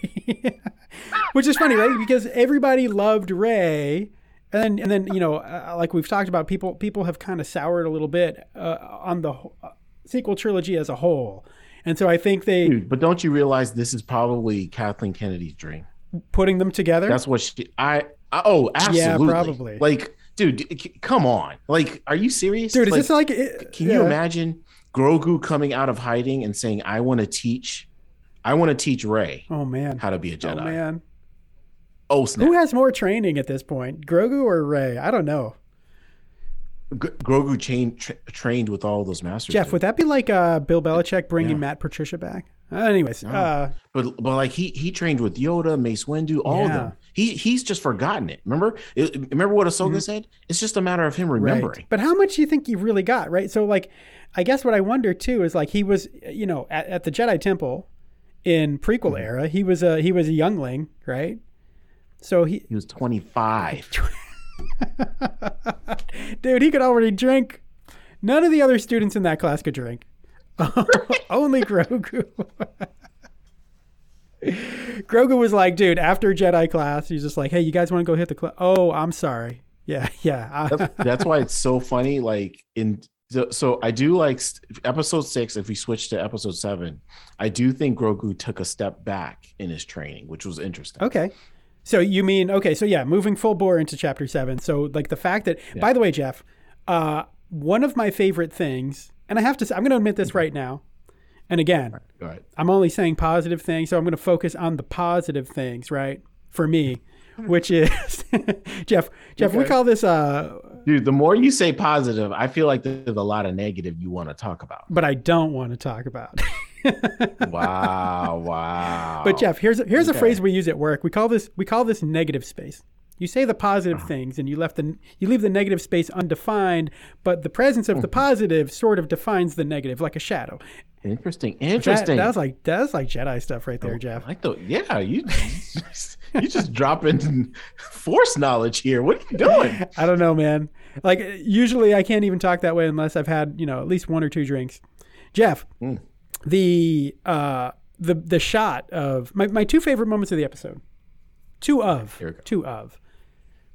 S2: which is funny, right? Because everybody loved Ray, and then and then you know, uh, like we've talked about, people people have kind of soured a little bit uh, on the wh- uh, sequel trilogy as a whole, and so I think they
S1: Dude, but don't you realize this is probably Kathleen Kennedy's dream?
S2: putting them together.
S1: That's what she. I, I oh, absolutely.
S2: probably.
S1: Like, dude, d- c- come on. Like, are you serious?
S2: Dude, is
S1: like,
S2: this like? It,
S1: Can
S2: yeah.
S1: you imagine Grogu coming out of hiding and saying, "I want to teach, I want to teach Ray
S2: Oh man.
S1: how to be a
S2: Oh
S1: Jedi"? Oh,
S2: man. Who
S1: snap!
S2: has more training at this point, Grogu or Ray? I don't know.
S1: G- Grogu chain, tra- trained with all those masters.
S2: Jeff,
S1: dude.
S2: would that be like uh, Bill Belichick bringing
S1: Yeah. Oh,
S2: Matt Patricia back? Uh, anyways, uh,
S1: But but like he he trained with Yoda, Mace Windu, all of
S2: Yeah.
S1: them. He he's just forgotten it. Remember? It- remember what Ahsoka said? It's just a matter of him remembering.
S2: Mm-hmm. right. But how much do you think he really got? Right. So like, I guess what I wonder too is like he was, you know, at, at the Jedi Temple in
S1: Mm-hmm.
S2: prequel era, he was a he was a youngling, right? So he,
S1: He was 25.
S2: dude, he could already drink. None of the other students in that class could drink. Only Grogu. Grogu was like, dude, after Jedi class, he's just like, hey, you guys want to go hit the club? Oh, I'm sorry. Yeah, yeah. I-
S1: That's why it's so funny. Like in so, so I do like s- episode six. If we switch to episode seven, I do think Grogu took a step back in his training, which was interesting.
S2: okay. So you mean, okay, so yeah, moving full bore into chapter seven. So, like, the fact that, by the way, Jeff, uh, one of my favorite things, and I have to say, I'm going to admit this right now. And again,
S1: All right.
S2: I'm only saying positive things, so I'm going to focus on the positive things, right? For me, which is Jeff. Jeff, we
S1: Okay.
S2: call this. Uh,
S1: Dude, the more you say positive, I feel like there's a lot of negative you want to talk about.
S2: but I don't want to talk about.
S1: Wow, wow.
S2: but Jeff, here's here's
S1: Oh,
S2: a
S1: Okay.
S2: phrase we use at work. We call this we call this negative space. You say the
S1: Uh-huh.
S2: positive things, and you left the you leave the negative space undefined, but the presence of the
S1: Mm-hmm.
S2: positive sort of defines the negative, like a shadow.
S1: interesting,
S2: That,
S1: interesting.
S2: that was like that was like Jedi stuff right there, Jeff.
S1: I like the yeah, you you just dropping force knowledge here. What are you doing?
S2: I don't know, man. Like usually, I can't even talk that way unless I've had you know at least one or two drinks. Jeff,
S1: Hmm.
S2: the uh, the the shot of my, my two favorite moments of the episode, two of
S1: Here we go.
S2: two of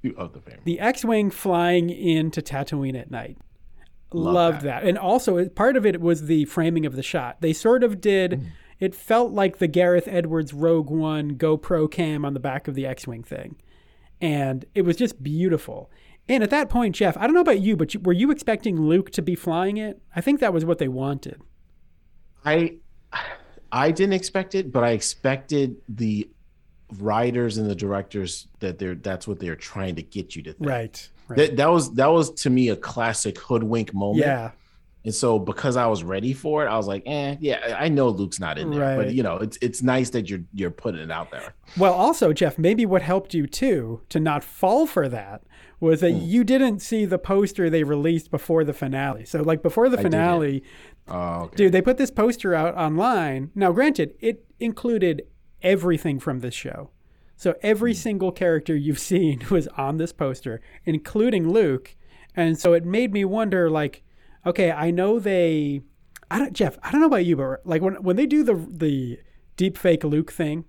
S1: You of the family.
S2: the X-wing flying into Tatooine at night.
S1: Love
S2: Loved that. and also it- part of it was the framing of the shot. They sort of did.
S1: Mm.
S2: It felt like the Gareth Edwards Rogue One GoPro cam on the back of the X-wing thing and it was just beautiful. And at that point, Jeff, I don't know about you, but you, were you expecting Luke to be flying it? I think that was what they wanted.
S1: I I didn't expect it, but I expected the writers and the directors that they're that's what they're trying to get you to think.
S2: Right.
S1: That that was that was to me a classic hoodwink moment.
S2: Yeah.
S1: And so because I was ready for it, I was like, eh, yeah, I know Luke's not in there.
S2: Right.
S1: But you know, it's it's nice that you're you're putting it out there.
S2: Well, also, Jeff, maybe what helped you too to not fall for that was that you didn't see the poster they released before the finale. So, like before the
S1: didn't.
S2: finale,
S1: Oh okay.
S2: dude, they put this poster out online. Now, granted, it included everything from this show. So every
S1: Hmm.
S2: single character you've seen was on this poster, including Luke. And so it made me wonder like, okay, I know they I don't Jeff, I don't know about you, but like when when they do the the deep fake Luke thing,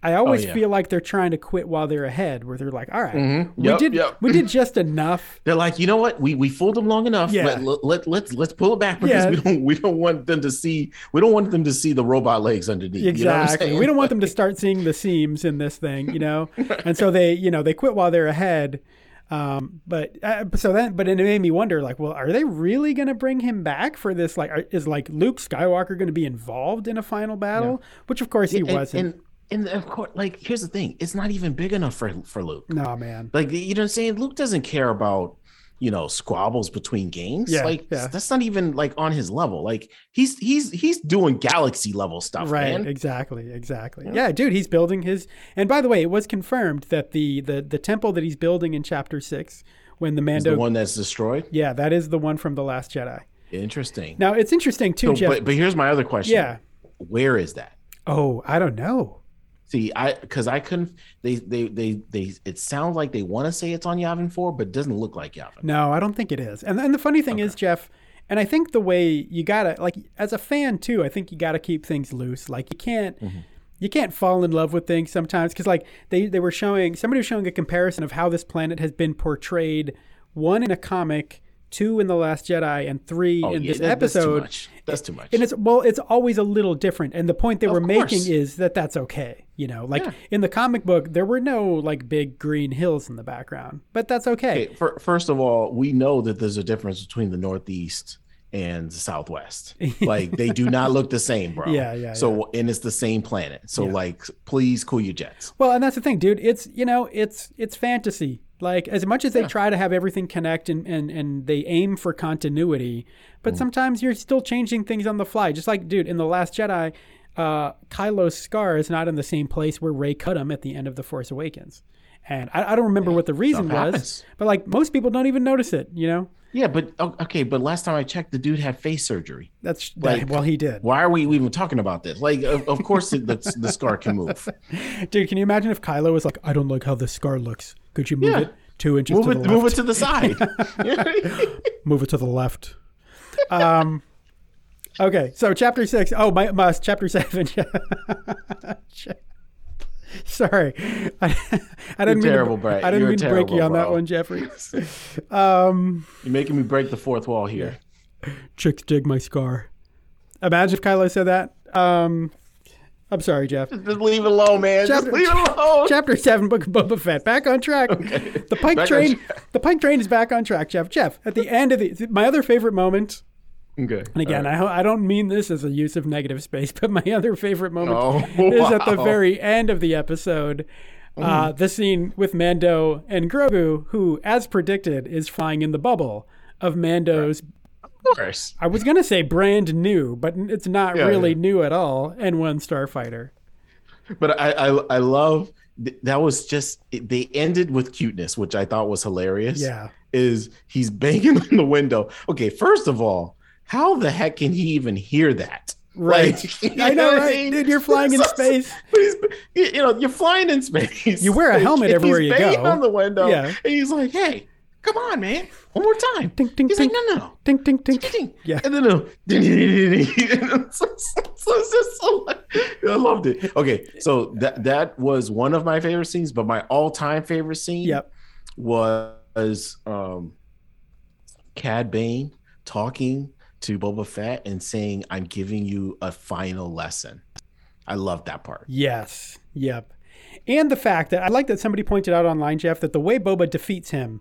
S2: I always
S1: Oh, yeah.
S2: feel like they're trying to quit while they're ahead, where they're like, all right, we
S1: Yep,
S2: did
S1: yep.
S2: we did just enough.
S1: They're like, you know what? We we fooled them long enough.
S2: Yeah.
S1: Let, let, let let's let's pull it back because
S2: Yeah.
S1: we don't we don't want them to see we don't want them to see the robot legs underneath. you know what I'm
S2: Exactly.
S1: saying?
S2: we don't want them to start seeing the seams in this thing, you know. and so they, you know, they quit while they're ahead. Um, but uh, so then, but it made me wonder, like, well, are they really going to bring him back for this? Like, are, is like Luke Skywalker going to be involved in a final battle? Which, of course, he
S1: and,
S2: wasn't.
S1: And, and of course, like here's the thing: it's not even big enough for for Luke.
S2: no, man.
S1: Like you know what I'm saying? Luke doesn't care about you know squabbles between games.
S2: Yeah,
S1: like
S2: yeah.
S1: that's not even like on his level. Like he's he's he's doing galaxy level stuff,
S2: Right,
S1: man.
S2: exactly, exactly. Yeah. dude, he's building his. And by the way, it was confirmed that the the the temple that he's building in chapter six, when the
S1: He's
S2: Mando,
S1: the one that's destroyed.
S2: yeah, that is the one from the Last Jedi.
S1: Interesting.
S2: Now it's interesting too,
S1: So,
S2: Jeff.
S1: but but here's my other question.
S2: Yeah.
S1: Where is that?
S2: oh, I don't know.
S1: See, I because I couldn't. They, they, they, they. It sounds like they want to say it's on Yavin Four, but it doesn't look like Yavin.
S2: No, I don't think it is. And and the funny thing is, Jeff, And I think the way you gotta like as a fan too, I think you gotta keep things loose. Like you can't
S1: Mm-hmm.
S2: you can't fall in love with things sometimes because like they they were showing somebody was showing a comparison of how this planet has been portrayed one in a comic, two in the Last Jedi, and three in
S1: Oh, yeah,
S2: this
S1: that- that's too
S2: episode.
S1: much. That's too much.
S2: And it's well, it's always a little different. And the point they were making
S1: course.
S2: is that that's okay. You know, like in the comic book, there were no like big green hills in the background, but that's okay.
S1: Okay, fir- first of all, we know that there's a difference between the Northeast and the Southwest. Like they do not look the same, bro.
S2: Yeah, yeah,
S1: So and it's the same planet. So like, please cool your jets.
S2: Well, and that's the thing, dude. It's you know, it's it's fantasy. Like as much as they try to have everything connect and and and they aim for continuity, but
S1: Mm-hmm.
S2: sometimes you're still changing things on the fly. Just like, dude, in the Last Jedi. Uh, Kylo's scar is not in the same place where Ray cut him at the end of The Force Awakens, and I, I don't remember what the reason
S1: stuff
S2: was,
S1: happens.
S2: but like most people don't even notice it, you know.
S1: Yeah, but o- okay. But last time I checked, the dude had face surgery.
S2: That's that-
S1: Like-
S2: well, he did.
S1: Why are we even talking about this? Like, of, of course the, the the scar can move.
S2: Dude, can you imagine if Kylo was like, "I don't like how this scar looks. Could you move
S1: Yeah.
S2: it two inches
S1: Move
S2: to
S1: it,
S2: the left?
S1: move it to the side.
S2: move it to the left. Um, okay, so chapter six. Oh, my, my chapter seven. Sorry, I, I didn't
S1: terrible,
S2: mean to,
S1: Brett.
S2: I didn't
S1: You're
S2: mean to break you
S1: terrible,
S2: on that
S1: bro.
S2: one, Jeffrey.
S1: You're making me break the fourth wall here.
S2: Chicks dig my scar. Imagine if Kylo said that. Um, I'm sorry, Jeff.
S1: Just leave it alone, man.
S2: Chapter-
S1: Just leave it alone.
S2: Chapter seven, Book of Boba Fett. Back on track. The Pike
S1: Back on
S2: train.
S1: track.
S2: The Pike train is back on track, Jeff. Jeff. At the end of the, my other favorite moment
S1: Okay.
S2: And again, I ho I, don't mean this as a use of negative space, but my other favorite moment
S1: Oh,
S2: is at the
S1: wow. Mm.
S2: very end of the episode. Uh, the scene with Mando and Grogu, who, as predicted, is flying in the bubble of Mando's. uh,
S1: of course.
S2: I was going to say brand new, but n- it's not
S1: Yeah,
S2: really
S1: yeah.
S2: new at all. And one starfighter.
S1: But I, I, I love th- that was just it- they ended with cuteness, which I thought was hilarious.
S2: Yeah.
S1: is he's banging on the window. Okay, first of all, how the heck can he even hear that?
S2: Right.
S1: you
S2: I know,
S1: what
S2: right? Dude, you're flying in
S1: So-
S2: space.
S1: but he's- you you know, you're flying in space.
S2: You wear a helmet
S1: and
S2: everywhere you
S1: he's banging
S2: go.
S1: on the window,
S2: Yeah.
S1: and he's like, "Hey, come on, man, one more time."
S2: Ding, ding,
S1: he's
S2: ding.
S1: like, "No, no, no."
S2: Dink, dink, dink. Yeah.
S1: Yeah. And then it'll- so, so it's just so like, I loved it. Okay. So that that was one of my favorite scenes, but my all-time favorite scene
S2: Yep.
S1: was um Cad Bane talking to Boba Fett and saying, I'm giving you a final lesson. I love that part.
S2: Yes. Yep. And the fact that I like that somebody pointed out online, Jeff, that the way Boba defeats him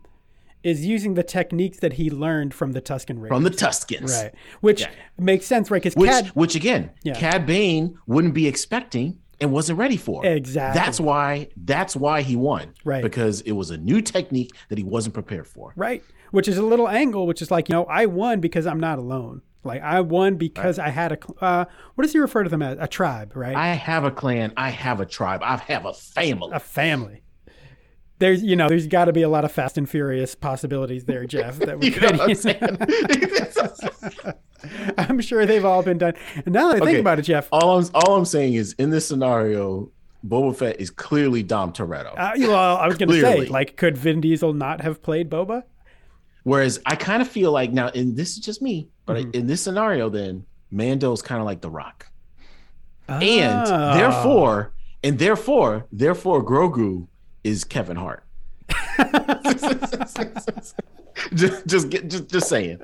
S2: is using the techniques that he learned from the Tusken Raiders.
S1: From the Tuskins.
S2: Right. Which
S1: Yeah.
S2: makes sense, right? Because
S1: Which
S2: Cad,
S1: which again,
S2: Yeah.
S1: Cad Bane wouldn't be expecting and wasn't ready for.
S2: Exactly.
S1: That's why that's why he won.
S2: Right.
S1: Because it was a new technique that he wasn't prepared for.
S2: right? Which is a little angle, which is like, you know, I won because I'm not alone. Like, I won because I had a, cl- uh, what does he refer to them as? A tribe, right?
S1: I have a clan, I have a tribe, I have a family.
S2: a family. There's, you know, there's got to be a lot of Fast and Furious possibilities there, Jeff. That we
S1: You know
S2: could,
S1: what I'm
S2: you
S1: saying?
S2: know, I'm sure they've all been done. And now that I think
S1: Okay. Oh.
S2: about it, Jeff,
S1: all I'm all I'm saying is in this scenario, Boba Fett is clearly Dom Toretto.
S2: Uh, well, I was going to say,
S1: Clearly.
S2: like, could Vin Diesel not have played Boba?
S1: Whereas I kind of feel like now, and this is just me, but
S2: Mm-hmm.
S1: in this scenario, then Mando's kind of like The Rock, and
S2: Ah.
S1: therefore, and therefore, therefore, Grogu is Kevin Hart. just, just, get- just, just saying.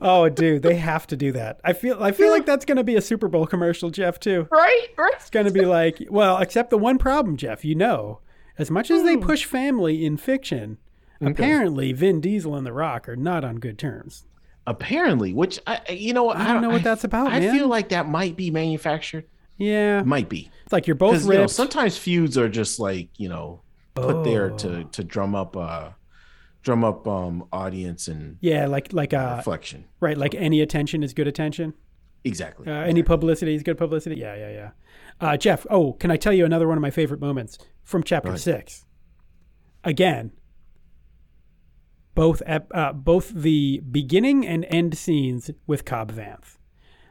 S2: oh, dude, they have to do that. I feel, I feel like that's going to be a Super Bowl commercial, Jeff. Too.
S1: Right, right.
S2: It's going to be like, well, except the one problem, Jeff. You know, as much as they
S1: Hmm.
S2: push family in fiction, apparently Vin Diesel and The Rock are not on good terms.
S1: Apparently, which I, I- you know, what, I
S2: don't know what that's about,
S1: I
S2: man.
S1: feel like that might be manufactured.
S2: Yeah,
S1: Might be.
S2: it's like you're both
S1: because you know,
S2: ripped.
S1: sometimes feuds are just like you know put there
S2: Oh.
S1: to to drum up uh drum up um audience and
S2: yeah, like like uh,
S1: reflection
S2: right, like any attention is good attention.
S1: exactly
S2: Uh, any publicity is good publicity. Yeah, yeah, yeah. Uh, Jeff, oh, can I tell you another one of my favorite moments from chapter six? Again, both ep- uh, both the beginning and end scenes with Cobb Vanth.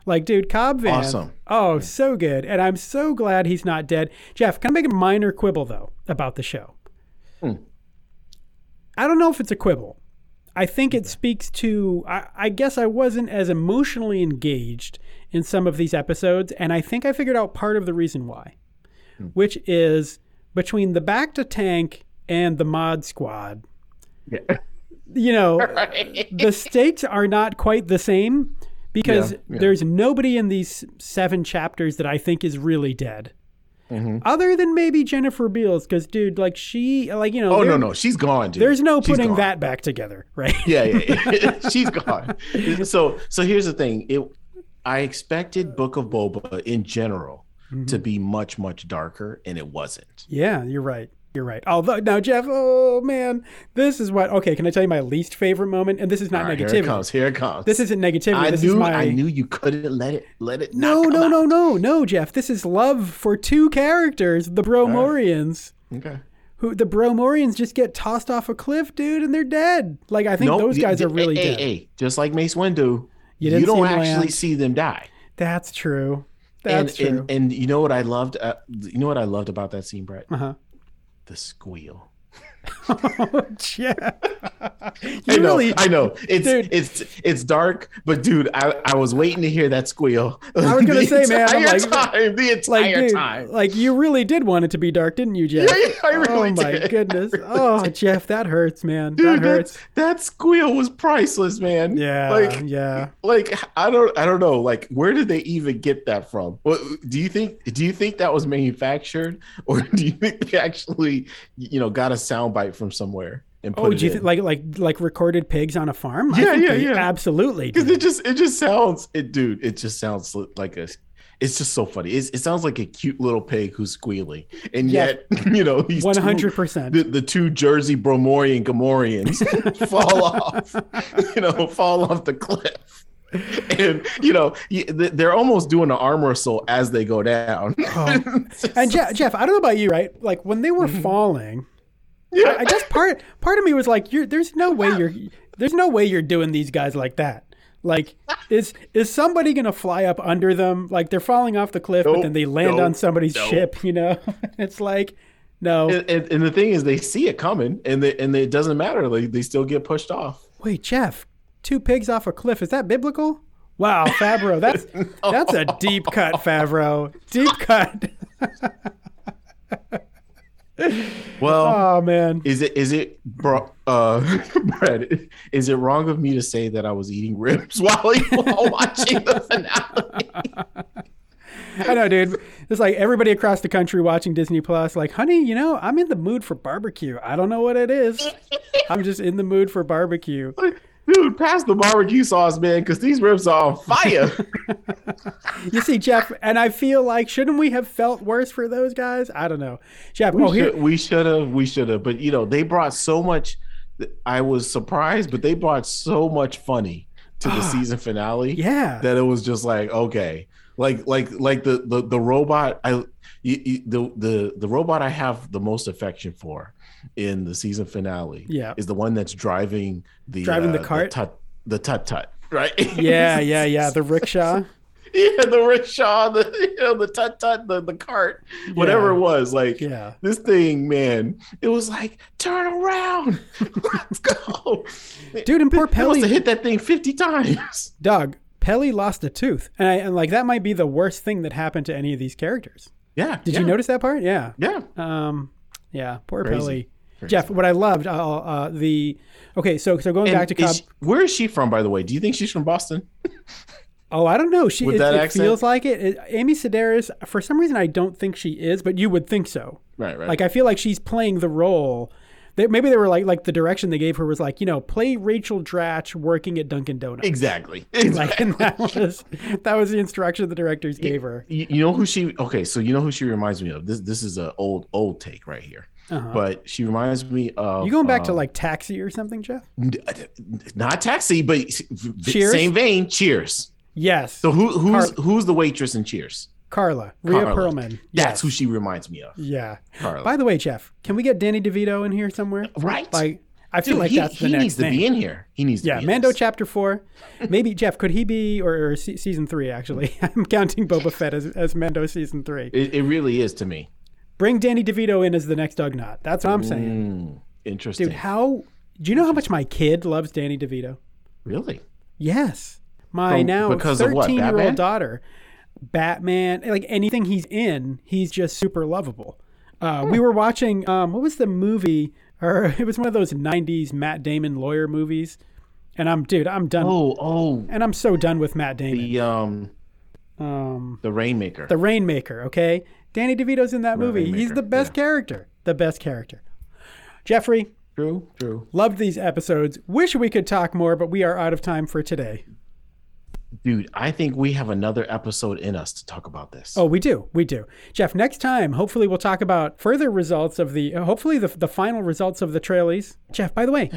S2: Like, dude, Cobb Vanth.
S1: Awesome.
S2: Oh, so good. And I'm so glad he's not dead. Jeff, can I make a minor quibble, though, about the show? I don't know if it's a quibble. I think it speaks to, I, I guess I wasn't as emotionally engaged in some of these episodes. And I think I figured out part of the reason why, which is between the back to tank and the mod squad,
S1: Yeah.
S2: you know, the stakes are not quite the same because
S1: Yeah, yeah.
S2: there's nobody in these seven chapters that I think is really dead.
S1: Mhm.
S2: Other than maybe Jennifer Beals, because dude, like she, like you know,
S1: Oh
S2: there-
S1: no, no, she's gone, dude.
S2: there's no
S1: She's
S2: putting
S1: gone.
S2: that back together, right?
S1: Yeah, yeah, yeah. she's gone. So, so here's the thing. It, I expected Book of Boba in general
S2: Mm-hmm.
S1: to be much, much darker, and it wasn't.
S2: Yeah, you're right. You're right. Although now, Jeff, oh man, this is what. Okay, can I tell you my least favorite moment? And this is not
S1: All right, here it
S2: negativity.
S1: comes. Here it comes.
S2: This isn't negativity.
S1: I
S2: this
S1: knew,
S2: is my.
S1: I knew you couldn't let it, let it.
S2: no,
S1: not
S2: no,
S1: come
S2: no, no, no, Jeff. This is love for two characters, the Bromorians.
S1: out. Okay.
S2: Who the Bromorians just get tossed off a cliff, dude, and they're dead. Like I think
S1: Nope,
S2: those
S1: you-
S2: guys
S1: you-
S2: are really
S1: hey,
S2: dead.
S1: Hey, hey, just like Mace Windu, you,
S2: didn't see
S1: don't
S2: him
S1: actually
S2: land.
S1: see them die.
S2: That's true. That's
S1: and,
S2: true.
S1: And, and you know what I loved? Uh, you know what I loved about that scene, Brett?
S2: uh-huh.
S1: The squeal.
S2: oh, Jeff. you
S1: I know,
S2: really
S1: I know. It's
S2: Dude.
S1: it's it's dark, but dude, I, I was waiting to hear that squeal. I
S2: was gonna say, man, I'm like-
S1: time, the entire
S2: like dude,
S1: time.
S2: like you really did want it to be dark, didn't you, Jeff?
S1: Yeah, yeah, I really
S2: oh my
S1: did.
S2: goodness. Oh, Jeff, that hurts, man.
S1: Dude,
S2: that hurts.
S1: that, that squeal was priceless, man.
S2: Yeah.
S1: like
S2: yeah.
S1: like I don't I don't know. Like, where did they even get that from? What do you think? Do you think that was manufactured, or do you think they actually, you know, got a soundbite from somewhere and put
S2: Oh,
S1: it
S2: do you
S1: in?
S2: th- like like like recorded pigs on a farm? I
S1: Yeah,
S2: think
S1: yeah,
S2: they
S1: yeah.
S2: Absolutely.
S1: because
S2: did.
S1: it just it just sounds it dude it just sounds li- like a it's just so funny it's, it sounds like a cute little pig who's squealing and
S2: Yeah.
S1: yet you know these
S2: One
S1: two,
S2: hundred percent.
S1: the, the two jersey bromorian gomorians fall off you know fall off the cliff and you know y- th- they're almost doing an arm wrestle as they go down
S2: Oh.
S1: It's just-
S2: And Jeff, Jeff, I don't know about you, right? Like when they were falling,
S1: Mm-hmm. yeah.
S2: I guess part part of me was like, "You're there's no way you're there's no way you're doing these guys like that." Like, is is somebody gonna fly up under them? Like they're falling off the cliff, but
S1: Nope,
S2: then they land
S1: nope,
S2: on somebody's
S1: nope.
S2: ship. You know, it's like, no,
S1: and, and, and the thing is they see it coming and they, and it doesn't matter they, they still get pushed off
S2: wait, Jeff, two pigs off a cliff. Is that biblical? Wow, Favreau, that's that's a deep cut, Favreau, deep cut.
S1: well
S2: Oh man,
S1: Is it is it bro, uh bread? Is it wrong of me to say that I was eating ribs while, while watching the finale?
S2: I know, dude. It's like everybody across the country watching Disney Plus, like, honey, you know, I'm in the mood for barbecue. I don't know what it is. I'm just in the mood for barbecue.
S1: Dude, pass the barbecue sauce, man, because these ribs are on fire.
S2: You see, Jeff, and I feel like, shouldn't we have felt worse for those guys? I don't know. Jeff, oh, here,
S1: we should have, we should have, but you know they brought so much. I was surprised, but they brought so much funny to the season finale.
S2: Ah, yeah.
S1: that it was just like okay like like like the the, the robot i you, you- the the the robot i have the most affection for in the season finale
S2: Yeah.
S1: is the one that's driving the
S2: Driving the
S1: uh,
S2: cart?
S1: the tut the tut tut right
S2: yeah, yeah, yeah. The rickshaw.
S1: yeah the rickshaw the you know the tut tut the, the cart whatever
S2: Yeah.
S1: it was like
S2: Yeah.
S1: this thing man it was like turn around let's go
S2: Dude, and poor
S1: I must have
S2: Pelly,
S1: hit that thing 50 times
S2: dog, Pelly lost a tooth. And, I, and like, that might be the worst thing that happened to any of these characters.
S1: yeah
S2: Did
S1: yeah,
S2: you notice that part? Yeah.
S1: yeah
S2: Um, yeah, poor
S1: Crazy.
S2: Pelly. Jeff, what I loved, uh, uh, the okay, so so going
S1: And
S2: back to Cobb.
S1: is she- where is she from, by the way? Do you think she's from Boston?
S2: oh, I don't know. She
S1: with
S2: it,
S1: that
S2: it
S1: accent?
S2: feels like it. It- Amy Sedaris, for some reason, I don't think she is, but you would think so.
S1: Right, right.
S2: Like uh, I feel like she's playing the role. They, maybe they were like like the direction they gave her was like you know play Rachel Dratch working at Dunkin' Donuts.
S1: exactly.
S2: Like,
S1: Exactly.
S2: and that was that was the instruction the directors gave her.
S1: you, you know who she? Okay, so you know who she reminds me of. This this is an old old take right here,
S2: Uh-huh.
S1: but she reminds me of.
S2: you going back to
S1: um,
S2: like Taxi or something, Jeff?
S1: not taxi, but s- v-
S2: Cheers?
S1: same vein. Cheers.
S2: Yes,
S1: So who who's
S2: Carla.
S1: who's the waitress in Cheers?
S2: Carla, Rhea
S1: Carla.
S2: Perlman.
S1: That's who she reminds me of.
S2: Yeah.
S1: Carla.
S2: By the way, Jeff, can we get Danny DeVito in here somewhere?
S1: right.
S2: Like, I feel
S1: Dude,
S2: like
S1: he,
S2: that's the
S1: he
S2: next
S1: needs to
S2: thing.
S1: be in here. He needs to
S2: yeah,
S1: be. in
S2: Mando
S1: this.
S2: chapter four. Maybe Jeff could he be or, or se- season three? Actually, I'm counting Boba Fett as, as Mando season three.
S1: It, it really is to me.
S2: Bring Danny DeVito in as the next Doug Knot. That's what I'm saying,
S1: Mm, interesting.
S2: dude. How Do you know how much my kid loves Danny DeVito?
S1: Really?
S2: Yes. My
S1: From-
S2: now
S1: because of what,
S2: 13 year
S1: Batman?
S2: old daughter, Batman, like anything he's in, he's just super lovable. Uh,
S1: Hmm.
S2: We were watching, um, what was the movie? Or it was one of those 90s Matt Damon lawyer movies. And I'm, dude, I'm done.
S1: Oh, oh,
S2: And I'm so done with Matt Damon.
S1: the um,
S2: um,
S1: the Rainmaker.
S2: the Rainmaker, okay? Danny DeVito's in that movie. He's
S1: Rainmaker,
S2: the best character. The best character. Jeffrey,
S1: true, true.
S2: loved these episodes. Wish we could talk more, but we are out of time for today.
S1: Dude, I think we have another episode in us to talk about this.
S2: Oh, we do. We do. Jeff, next time, hopefully we'll talk about further results of the, uh, hopefully the, the final results of the trailies. Jeff, by the way,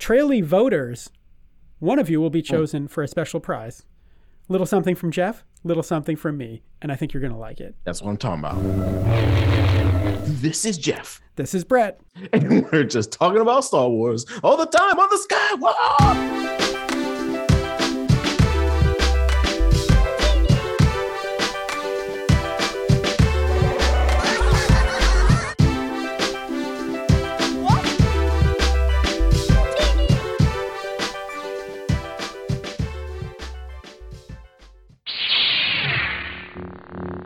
S2: trailie voters, one of you will be chosen for a special prize. Little something from Jeff, little something from me, and I think you're going to like it.
S1: That's what I'm talking about. This is Jeff,
S2: This is Brett.
S1: and we're just talking about Star Wars all the time on the Skywalk.
S3: What?